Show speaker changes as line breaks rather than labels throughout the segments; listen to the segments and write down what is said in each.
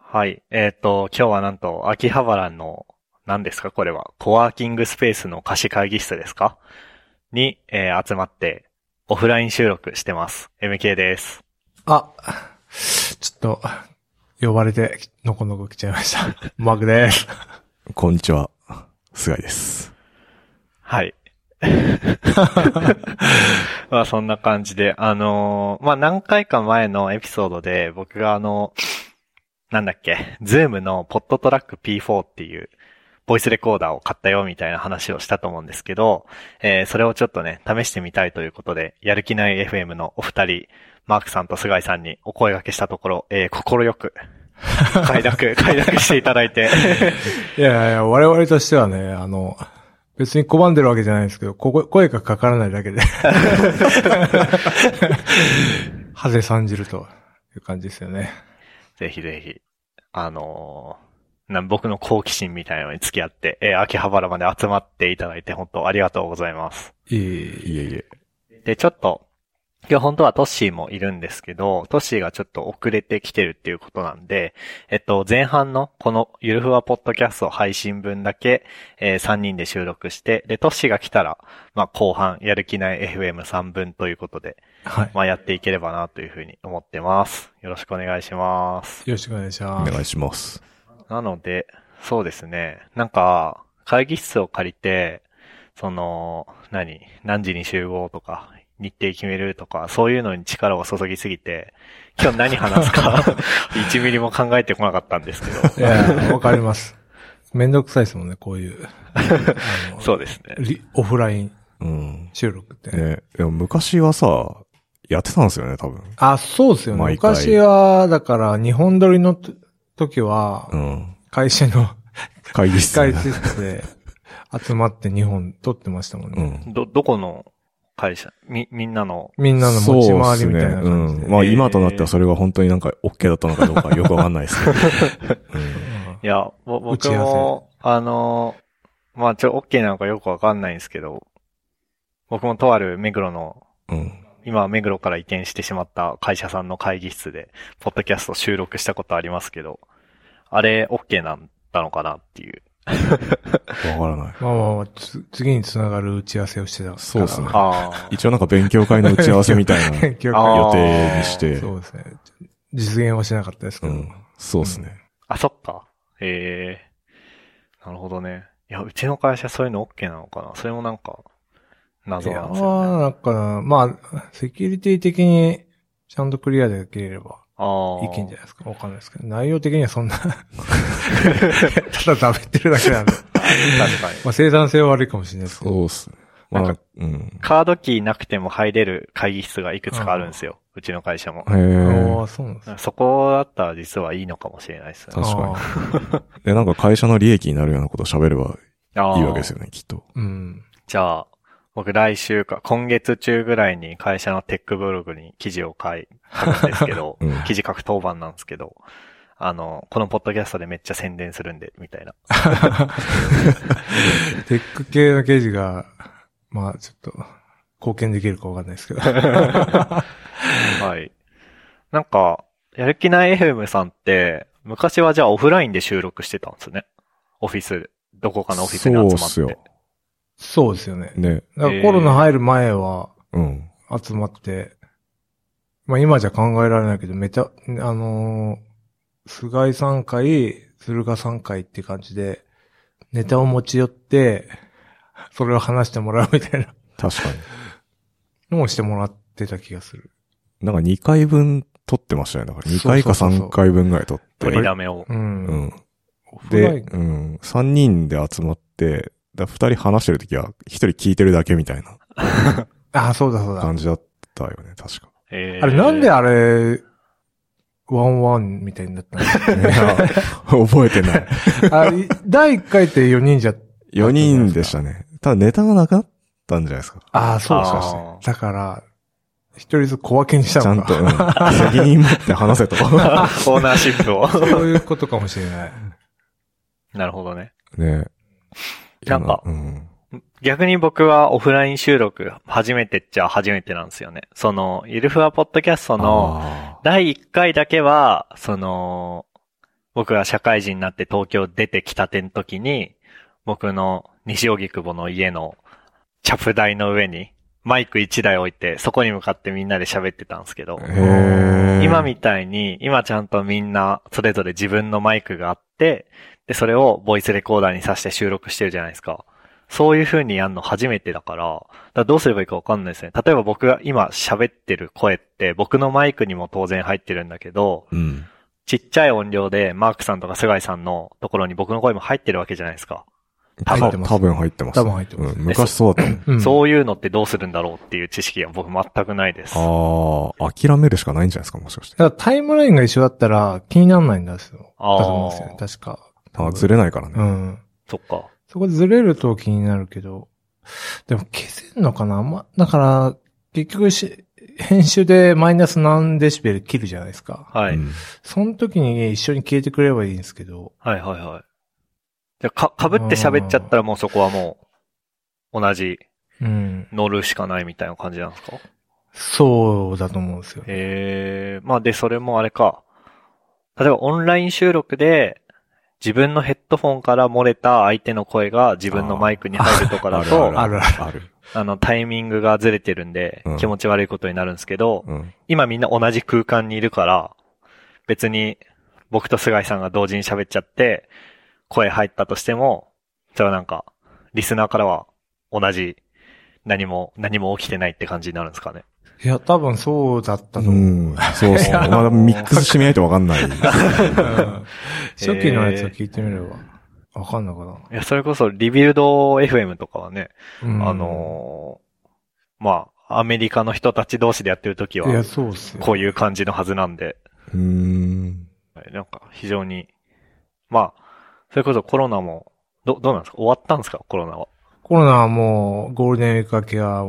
はい。えっ、と、今日はなんと、秋葉原の、何ですかこれは、コワーキングスペースの貸し会議室ですかに、えー集まって、オフライン収録してます。MK です。
あ、ちょっと、呼ばれて、のこのこ来ちゃいました。 マークです。
こんにちは。菅井です。
はい。 まあそんな感じで、あのーまあ何回か前のエピソードで僕があの、なんだっけ、ズームのポットトラック P4 っていうボイスレコーダーを買ったよみたいな話をしたと思うんですけど、えーそれをちょっとね、試してみたいということで、やる気ない FM のお二人、マークさんと菅井さんにお声掛けしたところ、えー、心よく、快諾、 快諾していただいて、
いやいやいや、我々としてはね、あの、別に拒んでるわけじゃないんですけど、ここ声がかからないだけ で。ハゼ参じるという感じですよね。
ぜひぜひ、あのーな僕の好奇心みたいなのに付き合って、えー秋葉原まで集まっていただいて本当ありがとうございます。
いい。
いえいえ。
で、ちょっと、今日本当はトッシーもいるんですけど、トッシーがちょっと遅れてきてるっていうことなんで、えっと、前半のこのゆるふわポッドキャスト配信分だけ、え3人で収録して、で、トッシーが来たら、まあ、後半、やる気ない FM3 分ということで、
はい。
まあ、やっていければなというふうに思ってます。よろしくお願いします。
よろしくお願いし
お
ます。
願いします。
なので、そうですね。なんか、会議室を借りて、その、何、何時に集合とか、日程決めるとか、そういうのに力を注ぎすぎて、今日何話す か、1ミリも考えてこなかったんですけ
い
ど。
や、わかります。めんどくさいですもんね、こういう。あ の
そうですね。
リオフライン
うん。
収録って。
ね、でも昔はさ、やってたんですよね、多分。
あ、そうですよね。
毎回
昔は、だから、日本撮りのと時は
う、ん。
会社 の
会議室
控
で
え室で集まって日本撮ってましたもん
う
ね。
ん。
ど、どこの会社み、みんなの、
みんなの持ち回りみたいな
そう
感
っす
じ
ね
で。
うん。まあ今となってはそれが本当になんか OK だったのかどうか よくわかんないですけど。
いや、ぼ
打ち
僕
合わせ
も、あの、まあ、ちょ、OK なのかよくわかんないんですけど、僕もとある目黒の
うん。うん。
今、目黒から移転してしまった会社さんの会議室で、ポッドキャスト収録したことありますけど、あれ、OK なんだのかなっていう。
わからない。
まあまあまあつ次につながる打ち合わせをしてたから。
そうっすね
あ
一応なんか勉強会の打ち合わせみたい な
結局
あー
予定にして。
そうですね。実現はしなかったですけ
う
ど。
ん。そうですね。
あ。あ、そっか。ええなるほどね。いや、うちの会社そういうの OK なのかなそれもなんか、
い
謎
や
なんですよね。
ー、なんか、まあ、セキュリティ的に、ちゃんとクリアできれば。
ああ。
いけんじゃないですか。わかんないですけど。内容的にはそんな、 ただ食べてるだけなんで。
確かに。
まあ生産性は悪いかもしれないですけ
そ
ど。
うっすね。ま
な
あ
ん、
うん。
カードキーなくても入れる会議室がいくつかあるんですよ。うちの会社も。
あ
へえ。
あ、そうなんですね。
そこだったら実はいいのかもしれないですね。
確かに
あー。
で、なんか会社の利益になるようなことを喋ればいいわけですよね、きっと。、
うん。
じゃあ、僕来週か、今月中ぐらいに会社のテックブログに記事を書い、書くんですけど
うん
記事書く当番なんですけど、あの、このポッドキャストでめっちゃ宣伝するんで、みたいな。
テック系の記事が、まあちょっと、貢献できるかわかんないですけ ど。
はい。なんか、やる気ない FM さんって、昔はじゃあオフラインで収録してたんですね。オフィス、どこかのオフィスに集まって。
そうっすよ。
そうですよね。
ね。
だからコロナ入る前は
うん。
集まって、まあ今じゃ考えられないけど、めちゃ、あのー菅井さん会、鶴賀さん会って感じで、ネタを持ち寄って、それを話してもらうみたいな
確かに。
のをしてもらってた気がする。
なんか2回分撮ってましたね。だから2回か
そうそうそう
3回分ぐらい撮って。
取りだめを。
うん。
うん。
オフライ
で、
ン
うん。3人で集まって、だ2人話してるときは1人聞いてるだけみたいな
あ、そうだそうだ。
感じだったよね、確か。
えー
あれなんであれ、ワンワンみたいになった ん
いや覚えて ない。
あれ、第1回って4人じゃ、
4人でしたね。ただネタがなくなったんじゃないですか。
ああ、そうです
あ
か。
ー
だから、一人ずつ小分けにし
ち
た
ゃ
の
ん
か。
と、うん、責任持って 話せと。
あオー ナーシップを。
そういうことかもしれない。
なるほどね。
ねいや
なんか
うん。
逆に僕はオフライン収録初めてっちゃ初めてなんですよね。その、ゆるふわポッドキャストの
あ
第1回だけは、その、僕が社会人になって東京出てきたての時に、僕の西荻窪の家のチャプ台の上にマイク1台置いて、そこに向かってみんなで喋ってたんですけど、
へー
今みたいに、今ちゃんとみんなそれぞれ自分のマイクがあって、で、それをボイスレコーダーに挿して収録してるじゃないですか。そういう風にやるの初めてだから、だからどうすればいいかわかんないですね。例えば僕が今喋ってる声って、僕のマイクにも当然入ってるんだけど、
うん。
ちっちゃい音量でマークさんとか菅井さんのところに僕の声も入ってるわけじゃないですか。
入ってます
多分入ってます。
多分入ってます
うん、昔そうだったもん。
うん
そういうのってどうするんだろうっていう知識が僕全くないです。
ああ、諦めるしかないんじゃないですか、もしかして。
だからタイムラインが一緒だったら気にならないんですよ。
あー
だと思うんですよね。確か。
あずれないから
う
ね。
ん。
そっか。
そこでずれると気になるけど。でも消せんのかなま、だから、結局し、編集でマイナス何デシベル切るじゃないですか。
はい。
うん
その時に一緒に消えてくれればいいんですけど。
はいはいはい。じゃあ、か、被って喋っちゃったらもうそこはもう、同じ
うん。
乗るしかないみたいな感じなんですか
そうだと思うんですよ。
ええまあで、それもあれか。例えばオンライン収録で、自分のヘッドフォンから漏れた相手の声が自分のマイクに入るとかだと、あ
あるある。
ある。
の、タイミングがずれてるんで
うん、
気持ち悪いことになるんですけど、
うん。
今みんな同じ空間にいるから、別に僕と菅井さんが同時に喋っちゃって、声入ったとしても、それはなんか、リスナーからは同じ、何も、何も起きてないって感じになるんですかね。
いや、多分そうだったと思う。
うん。そうっすね。
あの
まだミックスしてみないとわか んない。
初期のやつを聞いてみれば、わかんのか
いや、それこそリビルド FM とかはね、
な。うん
あ、のーまあ、アメリカの人たち同士でやってる時
いや、
は、
そうっすよ。
こういう感じのはずなんで、
うーん。
なんか非常に、まあ、それこそコロナも、ど、どうなんですか終わったんですかコロナは。
コロナはもう、ゴールデンウィーク明けは、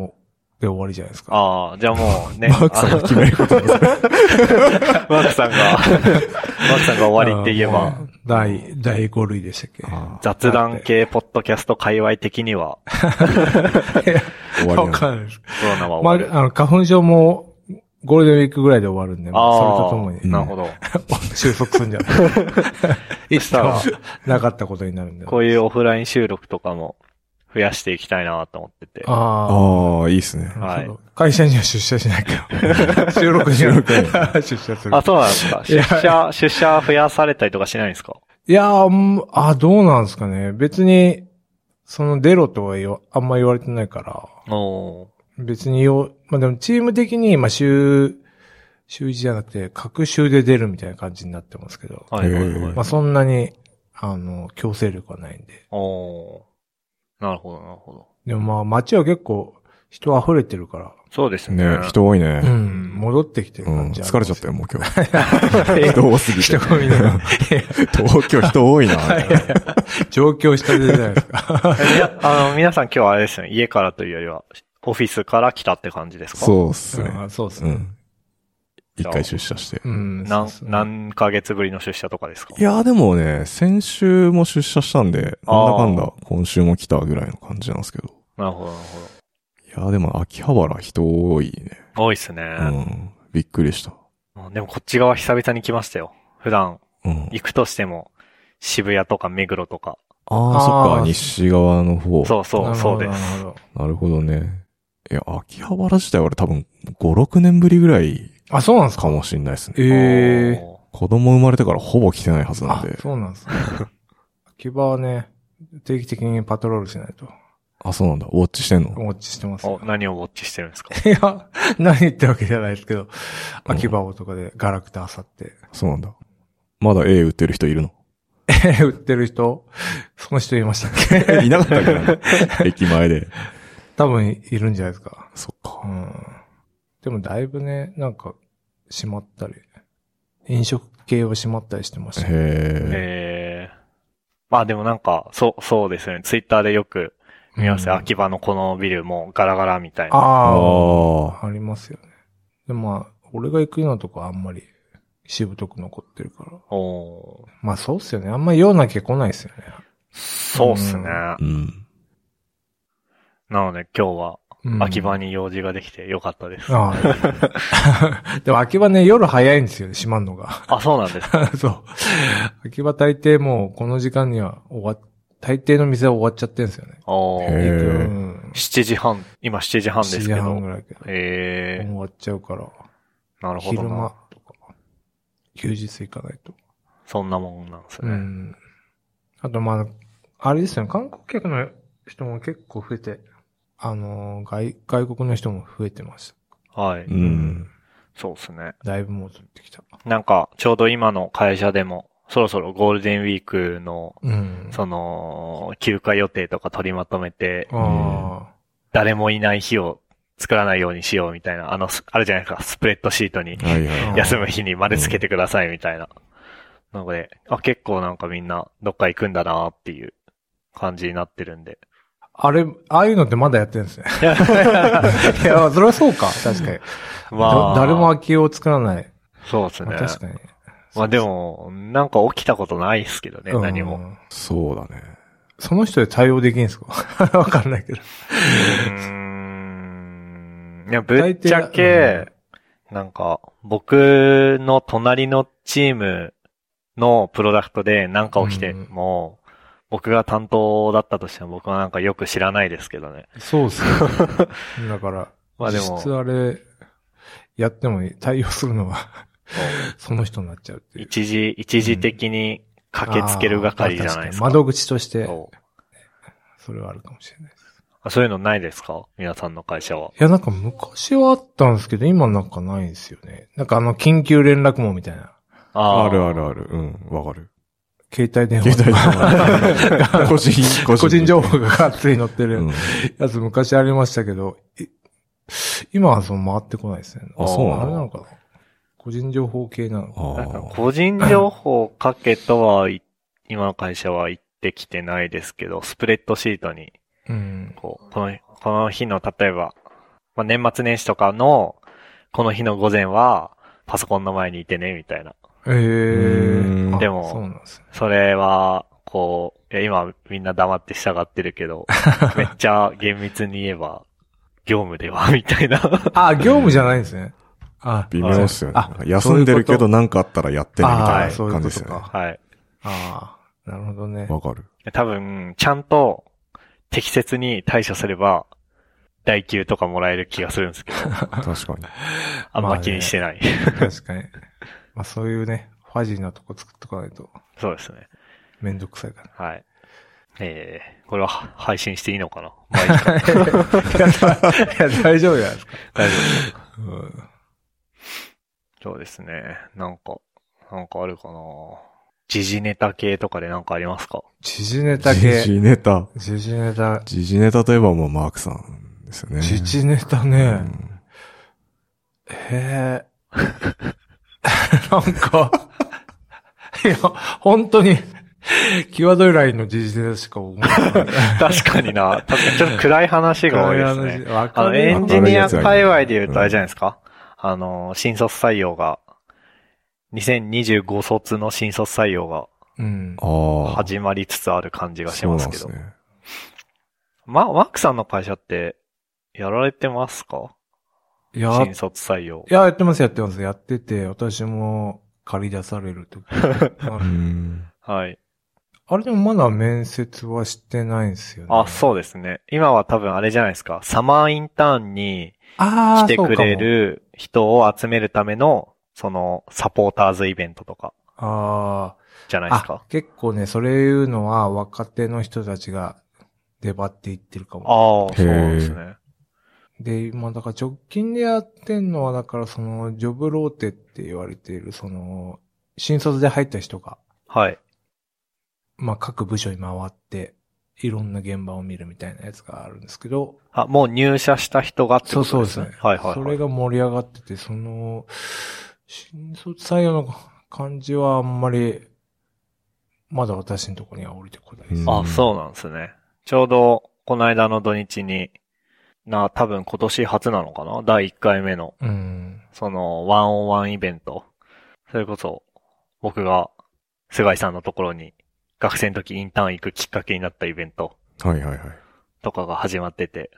で終わりじゃないですか。
ああ、じゃあもうね、
マークさんが決めることですね
あ のマークさんが、マークさんが終わりって言え
あ
ば、
ー。第、第5類でしたっけ
あー
雑談系ポッドキャスト界隈的には、
終わり
わ
なんだ
かんないです。
コロナは
まあ、
終わる。
あの、花粉症も、ゴールデンウィークぐらいで終わるんで、まあそれとともに
ああ、なるほど。
収束するんじゃ ない
いつ
か
か
は、なかったことになるんで。
こういうオフライン収録とかも増やしていきたいなと思ってて。
あ
ああ、いいっすね
あ、。
はい
そう会社には出社しな いから。収録には 出社する
あ、。そうなんですか。
いや
出社、出社増やされたりとかしないんですか
いやー、うんあ、どうなんですかね。別に、その出ろとは言わあんま言われてないから。
おー
別によ、まあでもチーム的に、まあ週、週1じゃなくて、各週で出るみたいな感じになってますけど、
はいはいはい。
へー
まあそんなに、あの、強制力はないんで。
おーなるほど、なるほど。
でもまあ街は結構人溢れてるか
そうですね。
ね、人多い
ら、う
ね。
ん、戻ってきてる
うん。
感じ、
疲れちゃったよ、もう今日。
よ
人多すぎて
人。混みで。いや
東京人多いな。
いやいや上京したてじゃないですか。
いや、あの、皆さん今日はあれですね、家からというよりは、オフィスから来たって感じですかう。
そうっすね。
うんそうです
う
ね。
ん。一回出社して。
うん。
何
そう、そう
何ヶ月ぶりの出社とかですか
いやーでもね、先週も出社したんで、なんだかんだ今週も来たぐらいの感じなんですけど。
なるほど、なるほ
いやーでも秋葉原人多いね。
ど。多いっすね。
うん。びっくりした。
でもこっち側久々に来ましたよ。普段、
うん。
行くとしても、渋谷とか目黒とか。
ああ、そっ
あ
か、
ー
西側の方。
そうそう、そうです。
なるほどなるほど
なるほどね。いや、秋葉原自体は俺多分5、6年ぶりぐらい
あ、そうなんです
か
か
もしんないですね。
ええ
お
子供生まれてからほぼ来てないはずなん
あ
で、。
そうなんですね。秋葉はね、定期的にパトロールしないと、
あ、そうなんだ。ウォッチしてんの
ウォッチしてます
ーお
よ。
何をウォッチしてるんですか
いや、何言ってわけじゃないですけど、
うん
秋葉をとかでガラクタあさって。
そうなんだ。まだ A 売ってる人いるの
え、売ってる人、その人いましたっけ
いなかったっけな 駅前で。
多分いるんじゃないですか。
そっか
う。ん。でもだいぶね、なんか、閉まったり、飲食系は閉まったりしてました。
へえ。
ええまあでもなんか、そう、そうですよね。ツイッターでよく見ますよ。
うん
秋葉のこのビルもガラガラみたいな。
あ
あ
あ。
あ、ありますよね。でもまあ、俺が行くようなとこはあんまり、しぶとく残ってるから。
おー
まあそうっすよね。あんま用なきゃ来ないっすよね。
そうっすね。
うん。
なので今日は、
うん
秋葉に用事ができてよかった です。
ああ。 でも秋葉ね、夜早いんですよね、閉まんのが。
あ、そうなんですか。
そう。秋葉大抵もうこの時間には終わっ、大抵の店は終わっちゃってんですよね。
お
へ
ー
え。
うん。
7時半、今7時半です
7
け
時半
ど
ぐ。らいけど。
え
終わっちゃうから。
ー、なるほど
昼間
な。
とか。休日行かないと。
そんなもんなんです
う
ね。
ん。あとまあ、あれですよね、観光客の人も結構増えて、あのー外、外国の人も増えてます。
はいう
ん。
そうですね。
だいぶ戻ってきた。
なんか、ちょうど今の会社でも、そろそろゴールデンウィークの、
うん。
その、休暇予定とか取りまとめて、
あ
誰もいない日を作らないようにしようみたいな、あの、すあるじゃないですか、スプレッドシートに
はいはい。
休む日に丸つけてくださいみたいな。なので、あ、結構なんかみんなどっか行くんだなっていう感じになってるん で。
あ。あれ、ああいうのってまだやってるんですね。 いや、それはそうか、確かに。
まあ、
だ誰も空き家を作らない。
そうですね
まあ、。確かに。
まあでも、なんか起きたことないですけどね、
うん
何も。。
そうだね。
その人で対応できんすか わかんないけど。
うーん。いや、ぶっちゃ
大
け、なんか、僕の隣のチームのプロダクトでなんか起きて
うん
も、僕が担当だったとしても僕はなんかよく知らないですけどね。
そうっすね。だから、
まあで
実
も
質、あれ、やっても対応するのは、その人になっちゃうっていう。
一時、一時的に駆けつける係じゃないですか。
あー確に窓口として、
そう
それはあるかもしれないです。
あそういうのないですか皆さんの会社は。
いや、なんか昔はあったんですけど、今なんかないんですよね。なんかあの、緊急連絡網みたいな。
あ
あ
ー
るあるある。うん、わかる。
携帯電話。
携帯 電話。個人、個人。
個人情報ががっつり載ってる。
うん。
やつ昔ありましたけど、い今はその回ってこないですね。
あそうなの
あれなのかな個人情報系なのか
なんか
ああ。
個人情報かけとはい、今の会社は行ってきてないですけど、スプレッドシートに、
うん。
こう、この、この日の、例えば、まあ、年末年始とかの、この日の午前は、パソコンの前にいてね、みたいな。
ええ
うん
あ
でも
そうなんですね。
それは、こう、いや、今みんな黙って従ってるけど、めっちゃ厳密に言えば、業務では、み たいな。
あ、業務じゃないんですね。あ、
微妙っすよね。
あ
なんか休んでるけ
そういうこ
ど何かあったらやってねみたいな感じで
あー
すよ
そういうこと
ね
か。
はい。
ああ、なるほどね。
わかる。
多分、ちゃんと、適切に対処すれば、代給とかもらえる気がするんですけど。
確かに。
あん
まあ
ま
ね
気にしてない。
確かに。まあそういうね、ファジーなとこ作っとかないと
そうですね。
めんどくさい から。
はい。えー、これはは配信していいのかなまあいいか
いやいや、大丈夫じゃないですか。
大丈夫。
うん
そうですね。なんか、なんかあるかな時事ネタ系とかでなんかありますか
時事ネタ
時
系。
事ネタ。
時事ネタ。
時事ネタといえばもうマークさんですよね。
時事ネタ
う
ね。
ん
へえ。 なんか、いや、本当に、際どいラインの時事ネタしか思わない。
確かにな。確かにちょっと暗い話が多いですね。
わ
あ
か
の、
る
エ
よ
ンジニア界隈で言うとあれじゃないですか、あの、新卒採用が、2025卒の新卒採用が
うん。
ああ。
始まりつつある感じがし
そう
ま
な
す
んで
けど。
すね。
ま、マークさんの会社って、やられてますか
いや、
新
い
卒採用。
や、やってます、やってます。やってて、私も借り出されるとき あ
うん。
はい。
あれでもまだ面接はしてないんですよね。
あ、そうですね。今は多分あれじゃないですか。サマーインターンに
あ
来
ー
て
そう
く
かも
れる人を集めるための、その、サポーターズイベントとか、
あー
じゃないです
あ
か。。
結構ね、それ言うのは若手の人たちが出張っていってるかも。
ああ、そうですね。
で、今、だから直近でやってんのは、だからその、ジョブローテって言われている、その、新卒で入った人が、
はい。
まあ、各部署に回って、いろんな現場を見るみたいなやつがあるんですけど、
あ、もう入社した人がって
そ
こ
うそ
と
う
で
です
すね。
ね。
はいはい、はい。
それが盛り上がってて、その、新卒採用の感じはあんまり、まだ私のところには降りてこないです。
うん
あ、そうなんですね。ちょうど、この間の土日に、な、多分今年初なのかな第1回目の、
うん。
その、ワンオンワンイベント。それこそ、僕が、菅井さんのところに、学生の時インターン行くきっかけになったイベント
はいはいはい。
とかが始まってて、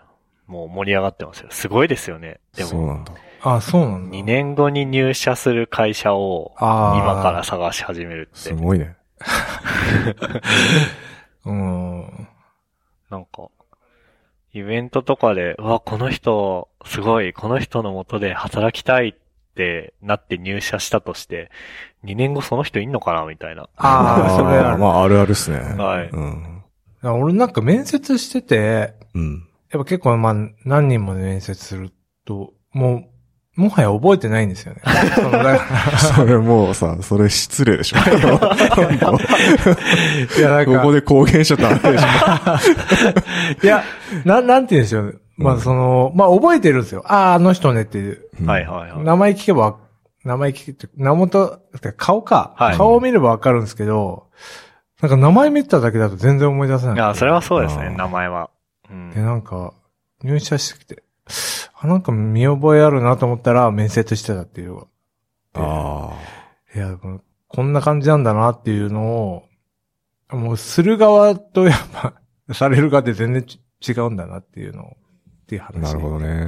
もう盛り上がってますよ。すごいですよね。で
そう
も、
なんだ。
あ、そうなんだ。
2年後に入社する会社を
あー
今から探し始めるっ
す
て、
ごいね。
うん。
なんか、イベントとかで、うわ、この人、すごい、この人の元で働きたいってなって入社したとして、2年後その人いんのかなみたいな。
ああ、それあ
ー
る。
まあ、あるあるっすね。
はい
うん。
あ俺なんか面接してて、
うん。
やっぱ結構まあ何人も面接すると、もう、もはや覚えてないんです よね。そのだか
それもうさ、それ失礼でしょ。
らいやなん
こ
か
こで公言しちゃダメでしょ。
いや、なん、なんて言うんでしょうね。まあその、まあ覚えてるんですよ。ああ、あの人ねっていう。
はいはいはい。
名前聞けば、名前聞けって、名元、てか顔か。
はい
顔を見ればわかるんですけど、なんか名前見ただけだと全然思い出せない。
あそれはそうですね、
うん
名前は。うん
で、なんか、入社してきて、あ、なんか見覚えあるなと思ったら面接してたっていう。
あ
いや、このこんな感じなんだなっていうのを、もうする側とやっぱ、 される側って全然ち違うんだなっていうのを、っていう
あ。
話。
なるほど。ね。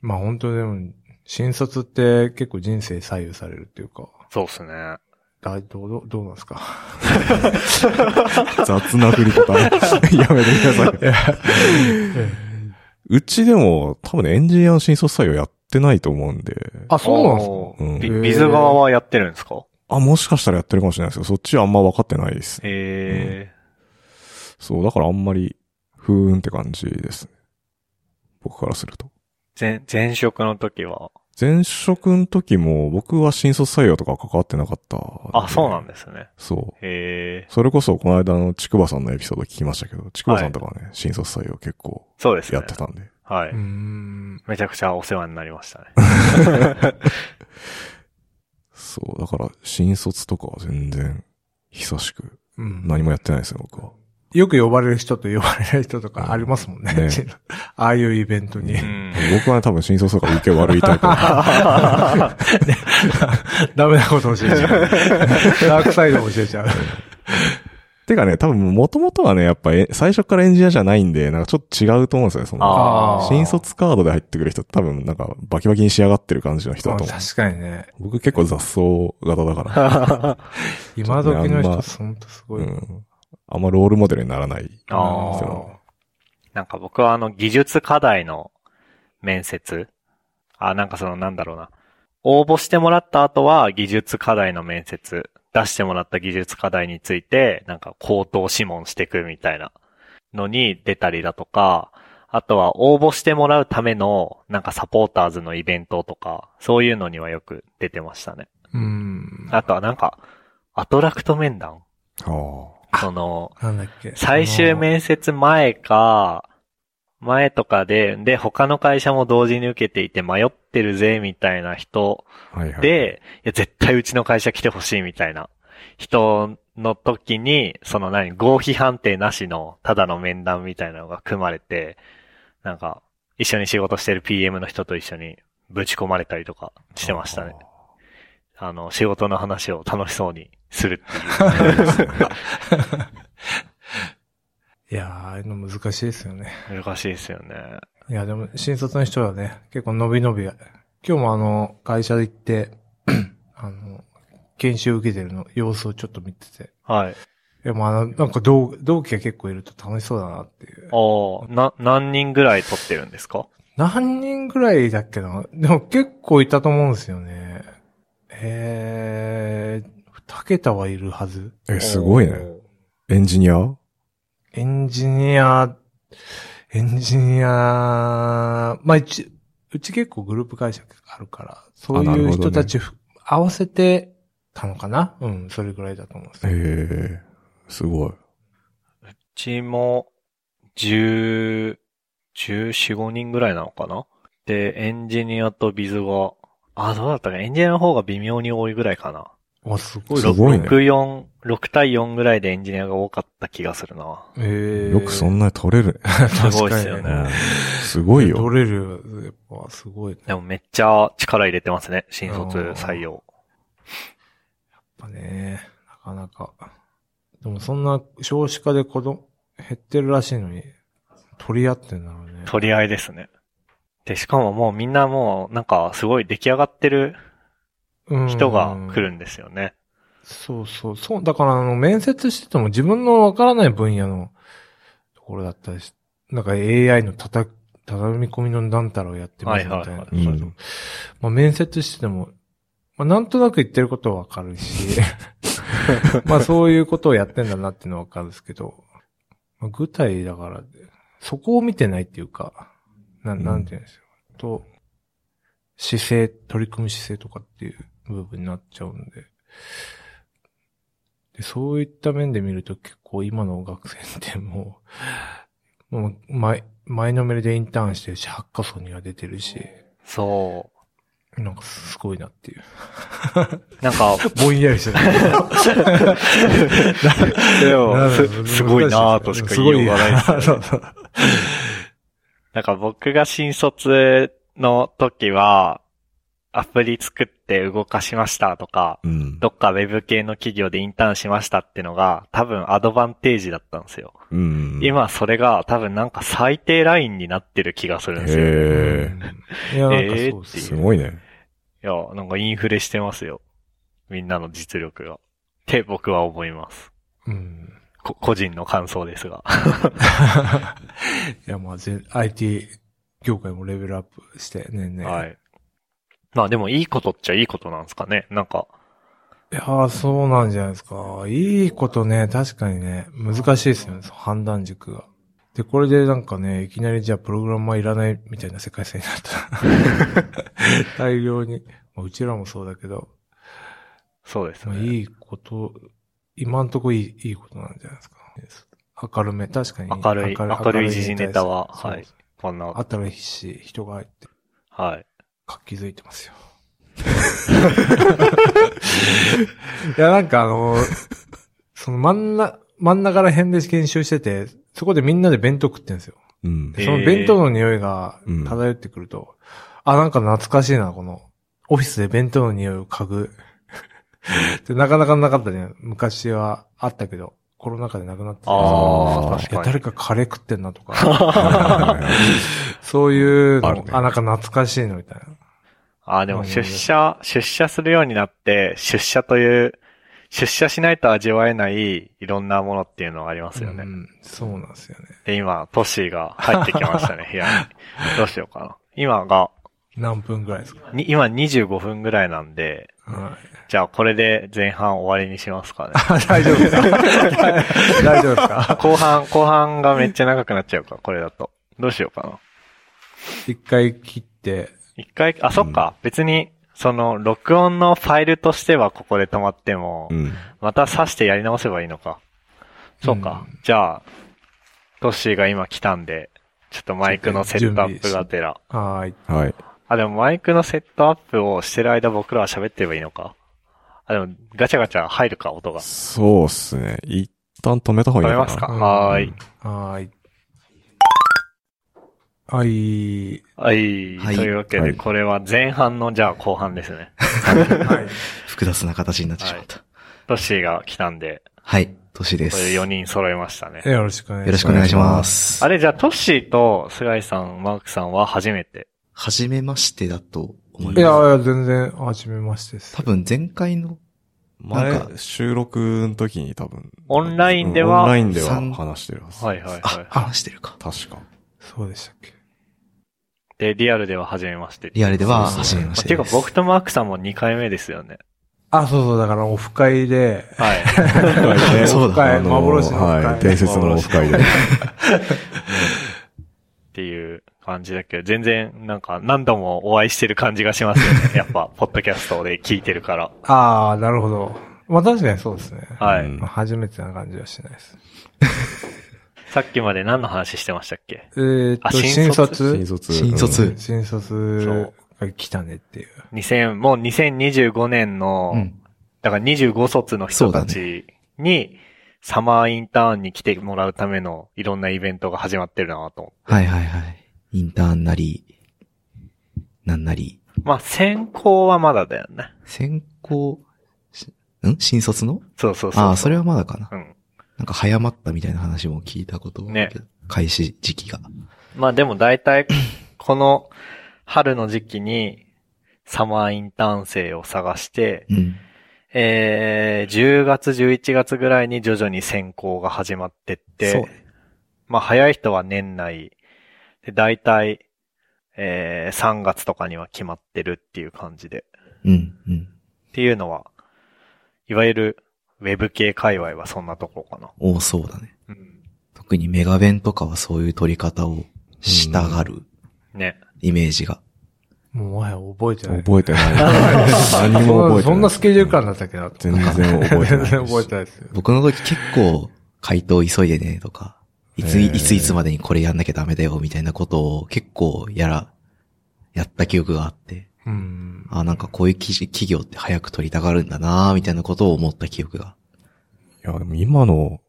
まあ本当でも、新卒って結構人生左右されるっていうか、
そうっすね。
だどう、どうどうなんですか
雑な振り 方。やめてください。うちでも、多分エンジニアの新卒採用やってないと思うんで。
あ、そうなんです
お
か
ー
うん
ビ
へー
ビズ側はやってるんですか
あ、もしかしたらやってるかもしれないですけど、そっちはあんま分かってないです。
へえ、
そう、だからあんまり、ふーんって感じですね。僕からすると。
前、前職の時は。
前職の時も、僕は新卒採用とかは関わってなかったんで。
あ、そうなんですね。
そう。
へえ、
それこそ、この間のちくばさんのエピソード聞きましたけど、ちくばさんとかはね、新卒採用結構
そうですね。
やってたんで。
はいう
ー。ん。
めちゃくちゃお世話になりましたね。
そう、だから、新卒とかは全然、久しく、
うん。
何もやってないですよ、僕は。
よく呼ばれる人と呼ばれない人とかありますもんね。
ね
ああいうイベントに。
うん。
僕はね、多分新卒とか受け悪いタイプなんで
ダメなこと教えちゃう。 ダークサイド教えちゃう。
てかね、多分、もともとはね、やっぱ、え最初からエンジニアじゃないんで、なんかちょっと違うと思うんですよね、その。
ああ。
ー
新卒カードで入ってくる人って多分なんかバキバキに仕上がってる感じの人だと思う。
確かにね。
僕結構雑草型だから。
あ
今時の
ちょっとねあんま
人、ほんとすご
う
い。
ん。あんまロールモデルにならない。
あー。
そ
なんか僕はあの技術課題の面接。あ、なんかそのなんだろうな。応募してもらった後は技術課題の面接。出してもらった技術課題について、なんか口頭諮問していくみたいなのに出たりだとか、あとは応募してもらうためのなんかサポーターズのイベントとか、そういうのにはよく出てましたね。
うん。
あとはなんか、アトラクト面談
ああ。
その、
なんだっけ。
最終面接前か、前とかで、で、他の会社も同時に受けていて迷ってるぜ、みたいな人
はいはい。、
で、いや、絶対うちの会社来てほしい、みたいな人の時に、その何、合否判定なしの、ただの面談みたいなのが組まれて、なんか、一緒に仕事してる PM の人と一緒にぶち込まれたりとかしてましたね。あの、仕事の話を楽しそうにするっていう。
いやー、ああいうの難しいですよね。
難しいですよね。
いや、でも、新卒の人はね、結構伸び伸び。今日もあの、会社で行って、 あの、研修受けてるの、様子をちょっと見てて。
はい。
いや、まああの、なんか同、同期が結構いると楽しそうだなっていう。
ああ、な、何人ぐらい取ってるんですか
何人ぐらいだっけなでも結構いたと思うんですよね。えー、二桁はいるはず。
え、すごいね。。エンジニアあ
エンジニア、エンジニア、まあ、うち、うち結構グループ会社あるから、そう
あないる
う
ほどね
人たちふ、合わせてたのかなうん、それぐらいだと思うんです
え
よ
えすごい。
うちも、十、十四五人ぐらいなのかなで、エンジニアとビズが、あ、どうだったかエンジニアの方が微妙に多いぐらいかな。
あ、すごい
すごい
6、
ね
4、6対4ぐらいでエンジニアが多かった気がするな。
えー、
よくそんなに取れるね。
確かに
すごいっすよね
うんすごいよ。
取れるよ、やっぱ、すごいね。
でもめっちゃ力入れてますね。新卒採用。
やっぱね、なかなか。でもそんな少子化で子供減ってるらしいのに、取り合ってんだろうね。
取り合いですね。で、しかももうみんなもう、なんかすごい出来上がってる
うん
人が来るんですよね。
そうそう。そう、だからあの、面接してても自分のわからない分野のところだったりし、なんか AI のたた、畳み込みのなんたらをやってますみたいな。
はいはい
はい
そうそう
うん
まあ面接してても、まあなんとなく言ってることはわかるし、 まあそういうことをやってんだなっていうのはわかるんですけど、まあ、具体だから、そこを見てないっていうか、な
うん
ん、なんて言うんですよ。と、姿勢、取り組む姿勢とかっていう部分になっちゃうんで。でそういった面で見ると結構今の学生ってもう、もう前、前のめりでインターンしてるし、ハッカソンには出てるし、
そ
なんかすごいなっていう。
う。なんか、
ぼんやりして る。
で
な
も
んだろう
すすごいなぁとしか言いようがないですよね
すごい そうそう
なんか僕が新卒の時は、アプリ作って動かしましたとか、
うん。
どっかウェブ系の企業でインターンしましたってのが、多分アドバンテージだったんですよ。
うん。
今それが多分なんか最低ラインになってる気がするんですよね、
うんい
へ
や、な
えー
んかそうっ
っていう
す
す
よ
ごいね。
いや、なんかインフレしてますよ。みんなの実力が。って僕は思います。
うん。
こ個人の感想ですが。
いや、まあ、ぜ IT 業界もレベルアップして、ねね。。
はいい。まあでもいいことっちゃいいことなんですかね。なんか、
いやー、そうなんじゃないですか。いいことね、確かにね、難しいですよね、その判断軸が。で、これでなんかね、いきなりじゃあプログラマーいらないみたいな世界線になったら。大量に。まあ、うちらもそうだけど、
そうです
まあ、
ね。
いいこと、今んとこいい、いいことなんじゃないですか。明るめ、確かに。
明るい明るい時事
に対する
ネタは
そう
はいこんな、
新しい人が入って、
はい。
活気づいてますよ。いや、なんかあの、その真ん中、真ん中ら辺で研修してて、そこでみんなで弁当食ってんですよ。
うん
で。その弁当の匂いが
えーうん
漂ってくると、あ、なんか懐かしいな、この、オフィスで弁当の匂いを嗅ぐ。でなかなかなかったね。昔はあったけど、コロナ禍でなくなってた
あー
いや
確かに
誰かカレー食ってんな とか。そういうの
あるね
あ、なんか懐かしいのみたいな。
ああ、でも出社、出社するようになって、出社という、出社しないと味わえないいろんなものっていうのがありますよね。
うん、そうなんですよね。
で、今、トシーが入ってきました ね、部屋に。どうしようかな。今が、
何分ぐらいですか
に今25分ぐらいなんで、
はい。
じゃあこれで前半終わりにしますかね。
大丈夫ですか大丈夫ですか
後半、後半がめっちゃ長くなっちゃうか、これだと。どうしようかな。
一回切って、
一回、あ、そっか。別に、その、録音のファイルとしてはここで止まっても、
うん。
また刺してやり直せばいいのか。そうか。じゃあ、トッシーが今来たんで、ちょっとマイクのセットアップがてら。
はーい。
はい。
あ、でもマイクのセットアップをしてる間僕らは喋ってればいいのか。あ、でもガチャガチャ入るか、音が。
そうっすね。一旦止めた方がいい
止めま
かな。
すか
うん
はーい。
はーい。はい。
はい。
はい
というわけ
は
で、
い
これは前半の、じゃあ後半ですね。
はい。
複雑な形になってしまった。
トッシーが来たんで、
はい、トシで
こ
す。
れで4
よ
人揃いましたね。
よろしくお願いします。
ろしくお願いします。
あ
れ
れ、じゃあトッシーと菅井さん、マークさんは初めて。
はじめましてだと思い
いやい
ます。
や、全然、初めましてです
多。分前回の、なんか
前、、収録の時に多分。
オンラインでは
うんオンラインでは話してるはず。
はいはいはい
あ、。話してるか。
確か。
そうでしたっけ
で、リアルでは初めまして。
リアルでは、
そう
は
です
じ
ね
めまして
ていう
で
か
す。
僕とマークさんも2回目ですよね。
あ、そうそう、だからオフ会で、
はい。
ね
そうだ
オフ会
あのー
幻のオフ会。
はい。伝説のオフ会で。
っていう感じだけど、全然なんか何度もお会いしてる感じがしますよ ね。やっぱ、ポッドキャストで聞いてるから。
ああ、なるほど。まあ確かにそうですね。
はい。
うん
まあ初めてな感じはしないです。
さっきまで何の話してましたっけ
えーっ
あ
と、
新
新
卒
卒
新卒。
新卒
新卒が来たねっていう。
?2000、もう2025年の、
うん。
だから25卒の人たちに、サマーインターンに来てもらうためのいろんなイベントが始まってるなと思って。
はいはいはい。インターンなり、なんなり、
まあ、先行はまだだよね。
先行、しん新卒の
そうそうそう。
ああ、それはまだかな。
うん。
なんか早まったみたいな話も聞いたことはあるけど開始時期が。
まあでも大 体、この春の時期に、サマーインターン生を探して、
うん。
えー、10月、11月ぐらいに徐々に選考が始まってって、
そうね。
まあ早い人は年内、で大体、えー、3月とかには決まってるっていう感じで。
うん、うん。
っていうのは、いわゆるウェブ系界隈はそんなとこかな。
多そうだね。
うん、
特にメガ弁とかはそういう取り方をしたがる
ね。
イメージが。
もうもはや覚えてない。
覚え てない。何も覚えてない。
そんなスケジュール感だったっけな
全然覚えてない。
全然覚えてないですよ。
僕の時結構、回答急いでねとか、いつ、
へー
いついつまでにこれやんなきゃダメだよみたいなことを結構やら、やった記憶があって、
うん。
あなんかこういう企事企業って早く取りたがるんだなみたいなことを思った記憶が。
いや、でも今の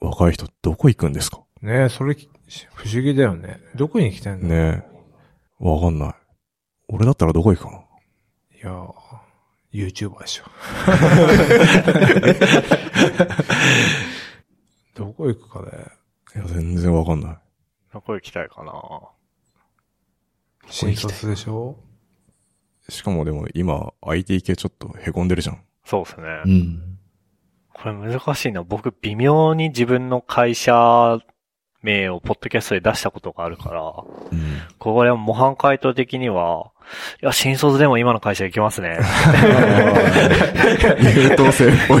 若い人どこ行くんですか
ねえ、それき、不思議だよね。どこに来てんの、
ねえ。わかんない。俺だったらどこ行くか
いやー、YouTuber で しょ。どこ行くかね。
ないや、全然わかんない。
どこ行きたいかな。
新卒でしょ
しかもでも今、IT 系ちょっと凹んでるじゃん。
そうですね。
うん。
これ難しいな。僕、微妙に自分の会社名をポッドキャストで出したことがあるから、
うん。
これは模範回答的には、いや、新卒でも今の会社行きますね。
優等生っぽ い。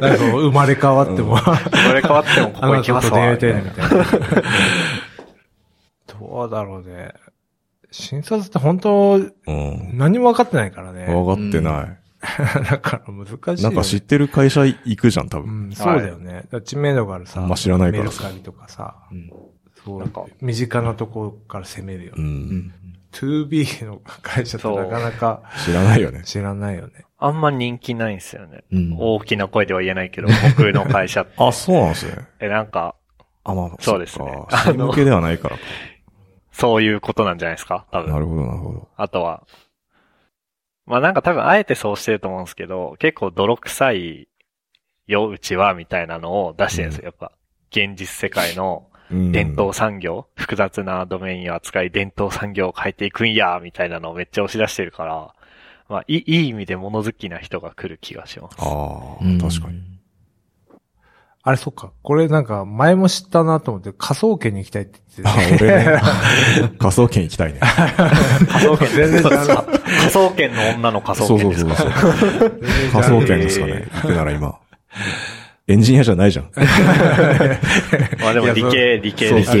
なんかこう生まれ変わって も、
それ変わってもここ行きますわ。
あな
み
たと出
た
会
い
い
な
たいなみたいな。どうだろうね。新卒って本当、
うん。
何も分かってないからね。
わかってない。
だから難しいよね、
なんか知ってる会社行くじゃん、多
う
分。
ん、そうだよね。だから知名度があるさ、
あんま知らないから
メルカリとかさ、
うん。
そう、
なんか
身近なところから攻めるよね
う。。
うんん。
2B の会社ってなかなか
知らないよね。
知らないよね。
あんま人気ないんですよね。
うん。
大きな声では言えないけど、僕の会社って。
あ、そうなんですね。
え、なんか、
あ、まあ、
そうですね
そっか
あの
向けではないからか。
そういうことなんじゃないですか多分
な。るほど、なるほど。
あとは、まあなんか多分あえてそうしてると思うんですけど、結構泥臭いよ、うちは、みたいなのを出してるんですよ。やっぱ、現実世界の
うん
伝統産業、複雑なドメインを扱い伝統産業を変えていくんや、みたいなのをめっちゃ押し出してるから、まあいいいい意味で物好きな人が来る気がします。
ああ、
うん
確かに。。
あれ、そっか。これなんか前も知ったなと思って、科捜研に行きたいって言
あ
って、
俺ね、 仮想研行きたいね。
仮想研、
全然違う
仮想研の女の仮
そ
想
うそ
研
う
です
そう
か
そう。
全
仮
然
想研ですかね。行くなら今。エンジニアじゃないじゃん。
まあでも理系、理系
そう
で
理
す。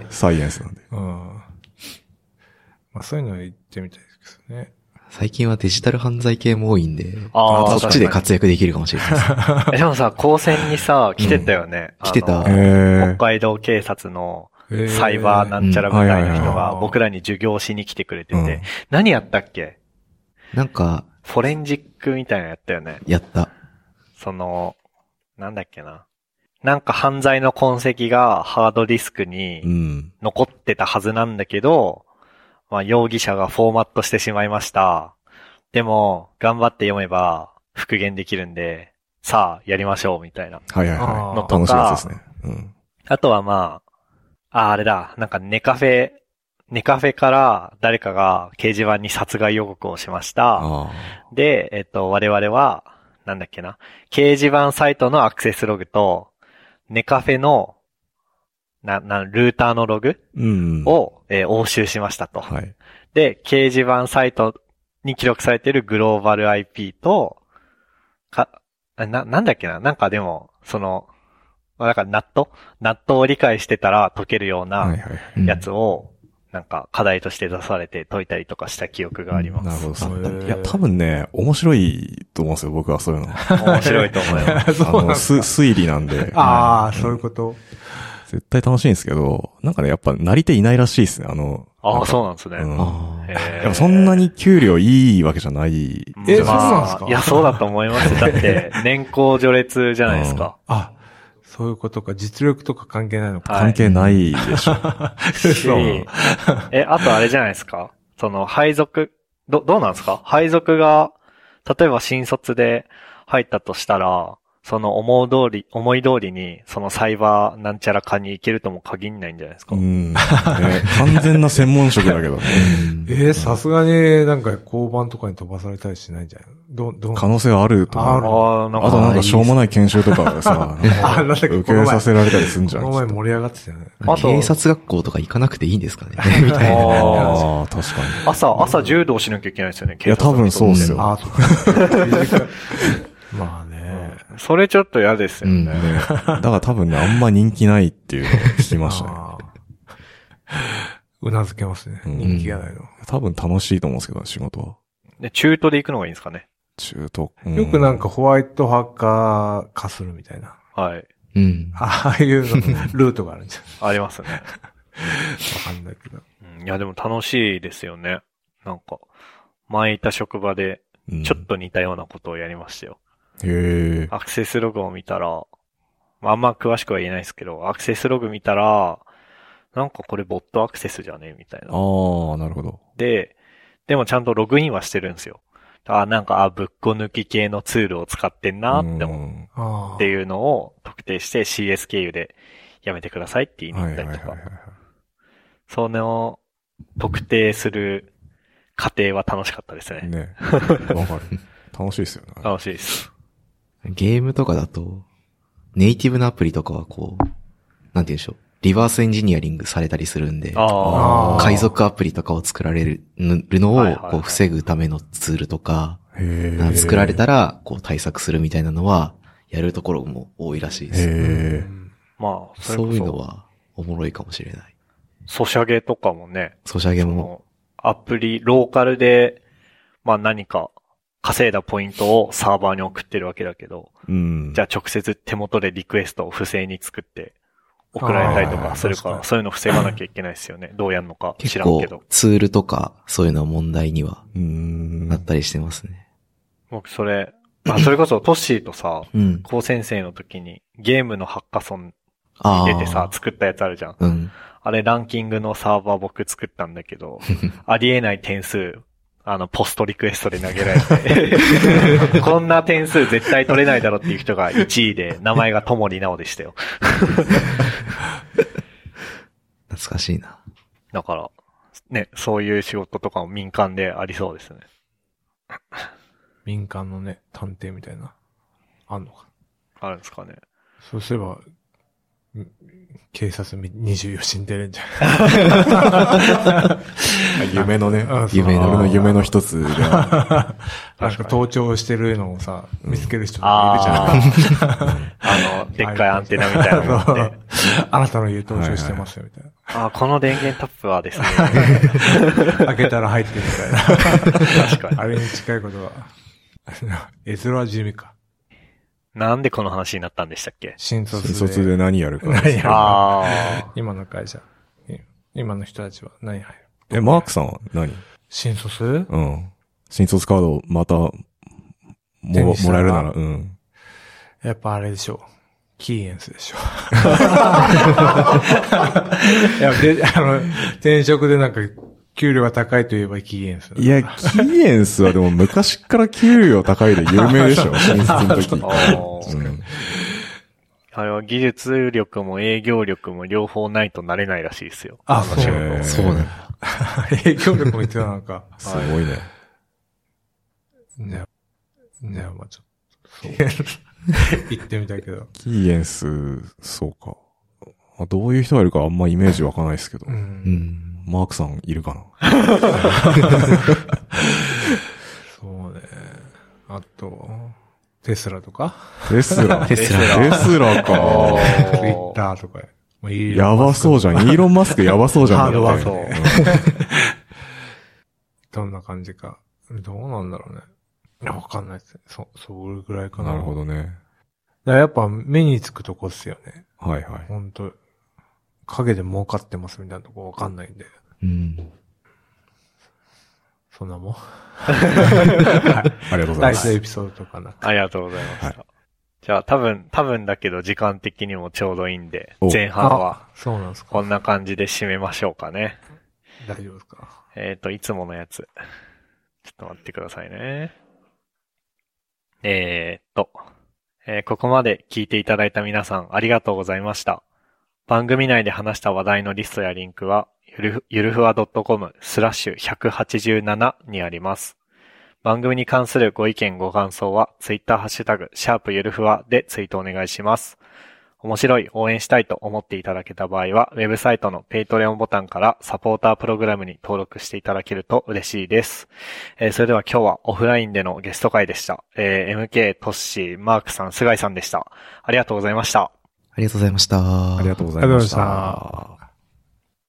系。
サイエンスなんで。
うん。まあそういうの行ってみたいですけどね。
最近はデジタル犯罪系も多いんで、
あー
そっちで活躍できるかもしれない です。
えでもさ、高専にさ、来てたよね。
うん来てた
あ
へ
の
え
北。海道警察の
えー
サイバーなんちゃら部隊の人が
うん
僕らに授業しに来てくれて
うん
て、何やったっけ
なんか、
フォレンジックみたいなのやったよね。
やった。
その、なんだっけな。なんか犯罪の痕跡がハードディスク
う
に
ん。
残ってたはずなんだけど、まあ容疑者がフォーマットしてしまいました。でも、頑張って読めば復元できるんで、さあ、やりましょう、みたいな。
はいはいは
あ
の
い。
と
楽しいや
か
つです、ね。うん。
あとはまあ、あ、あれだ、なんかネカフェ、ネカフェから誰かが掲示板に殺害予告をしました。
あ
で、えっと、我々は、なんだっけな、掲示板サイトのアクセスログと、ネカフェの、な、な、ルーターのログ
ーうん。
を、えー押収しましたと。
はい。
で、掲示板サイトに記録されているグローバル IP と、か、あな、なんだっけななんかでも、その、まあ、だから納豆納豆を理解してたら解けるよう
はいは
な
いはい。
うん
やつを、なんか課題として出されて解いたりとかした記憶がありま
なる
す。
ほど
へー
そう。いや、多分ね、面白いと思うんですよ、僕はそういうの。
面白いと思います。
あ そう
あ
なん
の、
だ
す、推理なんで。
ああ、そううんいうこと。
絶対楽しいんですけど、なんかね、やっぱ、なり手いないらしいですね、あの。
ああ、
う。
そうなんですね。
うん
あー
へー
やっぱそんなに給料いいわけじゃない。
え
まあ
そうなんですか
いや、そうだと思います。だ って、年功序列じゃないですか。
あ、そういうことか。実力とか関係ないのか。
はい
関係ないでしょ。
し、え、あとあれじゃないですかその、配属、ど、どうなんですか配属が、例えば新卒で入ったとしたら、その思う通り、思い通りに、そのサイバーなんちゃらかに行けるとも限んないんじゃないですか。
うん。ね完全な専門職だけどね。
うん
えー、さすがになんか交番とかに飛ばされたりしないんじゃないど、どう
可能性はあると思う。
ああ、なん
あと
か、
なんかしょうもない研修とかさ、
あなんだっけ
受け入れさせられたりすんじゃん。
この前盛り上がってたよね。
あと
警察学校とか行かなくていいんですか ねみたいな。
あ
ああ、確かに。
ー朝、朝柔道しなきゃいけないですよね、
いや、多分そうっすよ。
ああ、そうか。まあね。
それちょっと嫌です
う
よね。
ん。
ねだから多分ね、あんま人気ないっていうのを聞きましたね。
あーうなずけますね。
うん
人気がないの。
多分楽しいと思うんですけど、仕事は。
で、中途で行くのがいいんですかね。
中途。う
よくなんか、ホワイトハッカー化するみたいな。
はい。
うん。
ああいう の、ルートがあるんじゃ
ありますね。
ないわかんないけど。
うんいや、でも楽しいですよね。なんか、前いた職場で、
うん
ちょっと似たようなことをやりましたよ。
へえ。
アクセスログを見たら、まああんま詳しくは言えないですけど、アクセスログ見たら、なんかこれボットアクセスじゃねみたいな。
ああ、なるほど。
で、でもちゃんとログインはしてるんですよ。あ、なんか、あ、ぶっこ抜き系のツールを使ってんなって思
うん
ああ。
っていうのを特定して CS 経由でやめてくださいって言いに行ったりと
はいはい
か
はいはい。
その特定する過程は楽しかったですね。
ね。わかる。楽しいですよね。
楽しいです。
ゲームとかだと、ネイティブのアプリとかはこう、なんて言うんでしょう。リバースエンジニアリングされたりするんで、
ああ。
あー
海賊アプリとかを作られるの
はいは
を
いは
こ
いう
防ぐためのツールとか、
へ
なん
え。
か作られ
た。
たらこう対策するみたいなのは、やるところも多いらしいです。
う
へえ。
ん
まあ、それ
そう
こ
いうの
そ、
はおもろいかもしれない。
ソシャゲとかもね、
ソシャゲ
そ
も、
のアプリ、ローカルで、まあ何か稼いだポイントをサーバーに送ってるわけだけど、
うん。
じゃ
ゃ
あ直接手元でリクエストを不正に作って送られたりとか
あー
するか、
確からに
そういうの防がなきゃいけないですよね。どうやるのか知
結
らんけ
構
ど。
ツールとかそういうのは問題には
うん。
なったりしてますね。
僕それ、あ、それこそトッシーとさ、
うん。
高先生の時にゲームのハッカソン
ああ。
出てさ、作ったやつあるじゃん。
うん。
あれランキングのサーバー僕作ったんだけ ど、ありえない点数、あの、ポストリクエストで投げられ て、こんな点数絶対取れないだろっていう人が1位で、名前がともりなおでしたよ。
懐かしいな。
だから、ね、そういう仕事とかも民間でありそうですね。
民間のね、探偵みたいな。あんのか。
あるんですかね。
そうすれば、ん警察み24時に出れんじゃん。
夢のね。
あそう
夢の
俺の夢の一つであ
なん
確か
か
に
盗聴してるのをさ、見つける人がいるじゃ
あ
ん。
あ。あの、でっかいアンテナみたいなの持って。
あなたの言う盗聴してますよ、みたいな。
あ、この電源タップはです ね。
開けたら入ってるみ
確か
たい
に。
な。あれに近いことが。エズラジミか。
なんでこの話になったんでしたっけ
新
る
卒で。
新卒で何やる か
何
です。
やる
あ
今の会社。い今の人たちは何入る
え、マークさんは何
新卒
うん。新卒カードまた、も、
手に
も
したら
らえるなら、うん。
やっぱあれでしょう。キーエンスでしょう。い や、で、あの、転職でなんか、給料が高いといえばキーエンス。
いや、キーエンスはでも昔から給料高いで有名で しょ、新卒
あ。
の
あ
時。
あ
うん、
あれは技術力も営業力も両方ないとなれないらしいですよ。
あ、そう。
えー
そうなんだ。
営業力も言ってたなんか。
すごいね。
ね、ね、まあちょっと、行ってみたけど。。
キーエンス、そうか。あどういう人がいるかあんまイメージ湧かないですけど。
うんん。
マークさんいるか
そうね。あと、テスラとか、
なテスラ。
テスラ
テスラか。
ツイッターとか。まあ、い
やばそうじゃん。イーロン・マスク やばそうじゃん。
ハードワーク
うん
どんな感じか。どうなんだろうね。いやわかんないですね。そ、それぐらいかな。
なるほ。どね。
だからやっぱ目につくとこっすよね。
はいはい。
ほんと、影で儲かってますみたいなとこわかんないんで。
うん。
そんなもん。
ありがと
大
うございま
事な
す。
エピソードとかな。
ありがとうございました。じゃあ多分、多分だけど時間的にもちょうどいいんで、
お
前半は
あ、そうなんですか。
こんな感じで締めましょうかね。
大丈夫ですか。
えっ、と、いつものやつ。ちょっと待ってくださいね。えーっと、えーここまで聞いていただいた皆さんありがとうございました。番組内で話した話題のリストやリンクは、ゆるふゆるふわ .com スラッシュ187にあります。番組に関するご意見ご感想は、ツイッターハッシュタグ、シャープゆるふわでツイートお願いします。面白い、応援したいと思っていただけた場合は、ウェブサイトのペイトレオンボタンからサポータープログラムに登録していただけると嬉しいです。えーそれでは今日はオフラインでのゲスト会でした。えー MK、トッシー、マークさん、菅井さんでした。ありがとうございました。
ありがとうございました。
ありがとうござい
ありがとうござい
ま
ま
し。
した